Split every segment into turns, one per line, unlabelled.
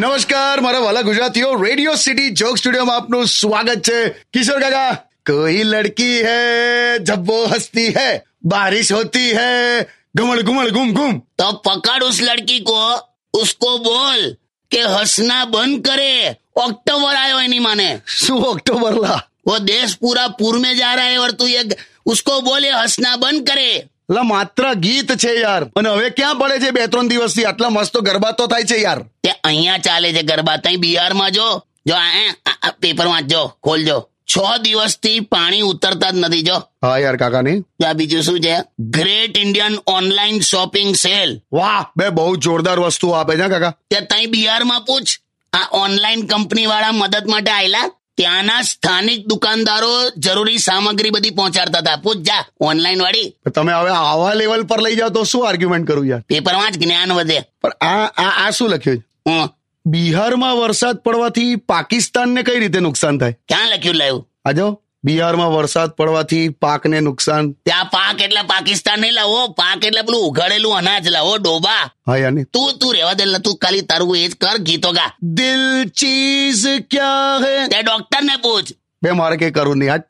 નમસ્કાર મારા વાલા ગુજરાતીઓ રેડિયો સિટી જોક સ્ટુડિયોમાં આપનું સ્વાગત છે કિશોર કાકા કોઈ લડકી હે જબ वो हंसती है बारिश होती है घुमड़ घुमड़ घूम घूम
तो पकड़ उस लड़की को उसको बोल के हंसना बंद करे अक्टूबर आयो है नहीं माने
શું ઓક્ટોબર લા
वो देश पूरा पूर में जा रहा है और तू ये उसको बोले हंसना बंद करे
લા માત્ર ગીત છે યાર અને હવે ક્યાં પડે છે બે ત્રણ દિવસથી આટલા મસ્ત ગરબા તો થાય છે યાર
તે અહીંયા ચાલે છે ગરબા તઈ બિહારમાં જો જો આ એ, આ- આ પેપર વાંચજો ખોલજો છ દિવસથી પાણી ઉતરતા જ નથી જો
હા યાર કાકા ની
તો આ બીજું શું છે great Indian online shopping sale
વાહ બે બહુ જોરદાર વસ્તુ આપે છે હા કાકા
તે તઈ બિહારમાં પૂછ આ ઓનલાઈન કંપની વાળા મદદ માટે આયલા ત્યાંના સ્થાનિક દુકાનદારો જરૂરી સામગ્રી બધી પહોંચાડતા હતા પૂછ જા ઓનલાઈન વાળી
પણ તમે હવે આવા લેવલ પર લઈ જાઓ તો શું આર્ગ્યુમેન્ટ કરું યાર
પેપર વાંચ જ્ઞાન વધે
પણ આ આ આ શું લખ્યું છે
હમ
બિહારમાં વરસાદ પડવાથી પાકિસ્તાનને કઈ રીતે નુકસાન થાય
ક્યાં લખ્યું લાવ્યું
આજો બિહારમાં વરસાદ પડવાથી પાકને નુકસાન
ત્યાં પાક એટલે પાકિસ્તાન નહીં લાવો પાક એટલે પેલું ઉઘાડેલું અનાજ લાવો ડોબા
હા યાર નહીં.
તું તું રહેવા દે ને, તું ખાલી તારું એ જ કર ગીતો ગા
દિલ ચીઝ ક્યા હે
તે ડોક્ટર ને પૂછ
બે મારે કઈ કરવું નહીં આજ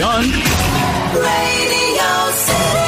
Radio City.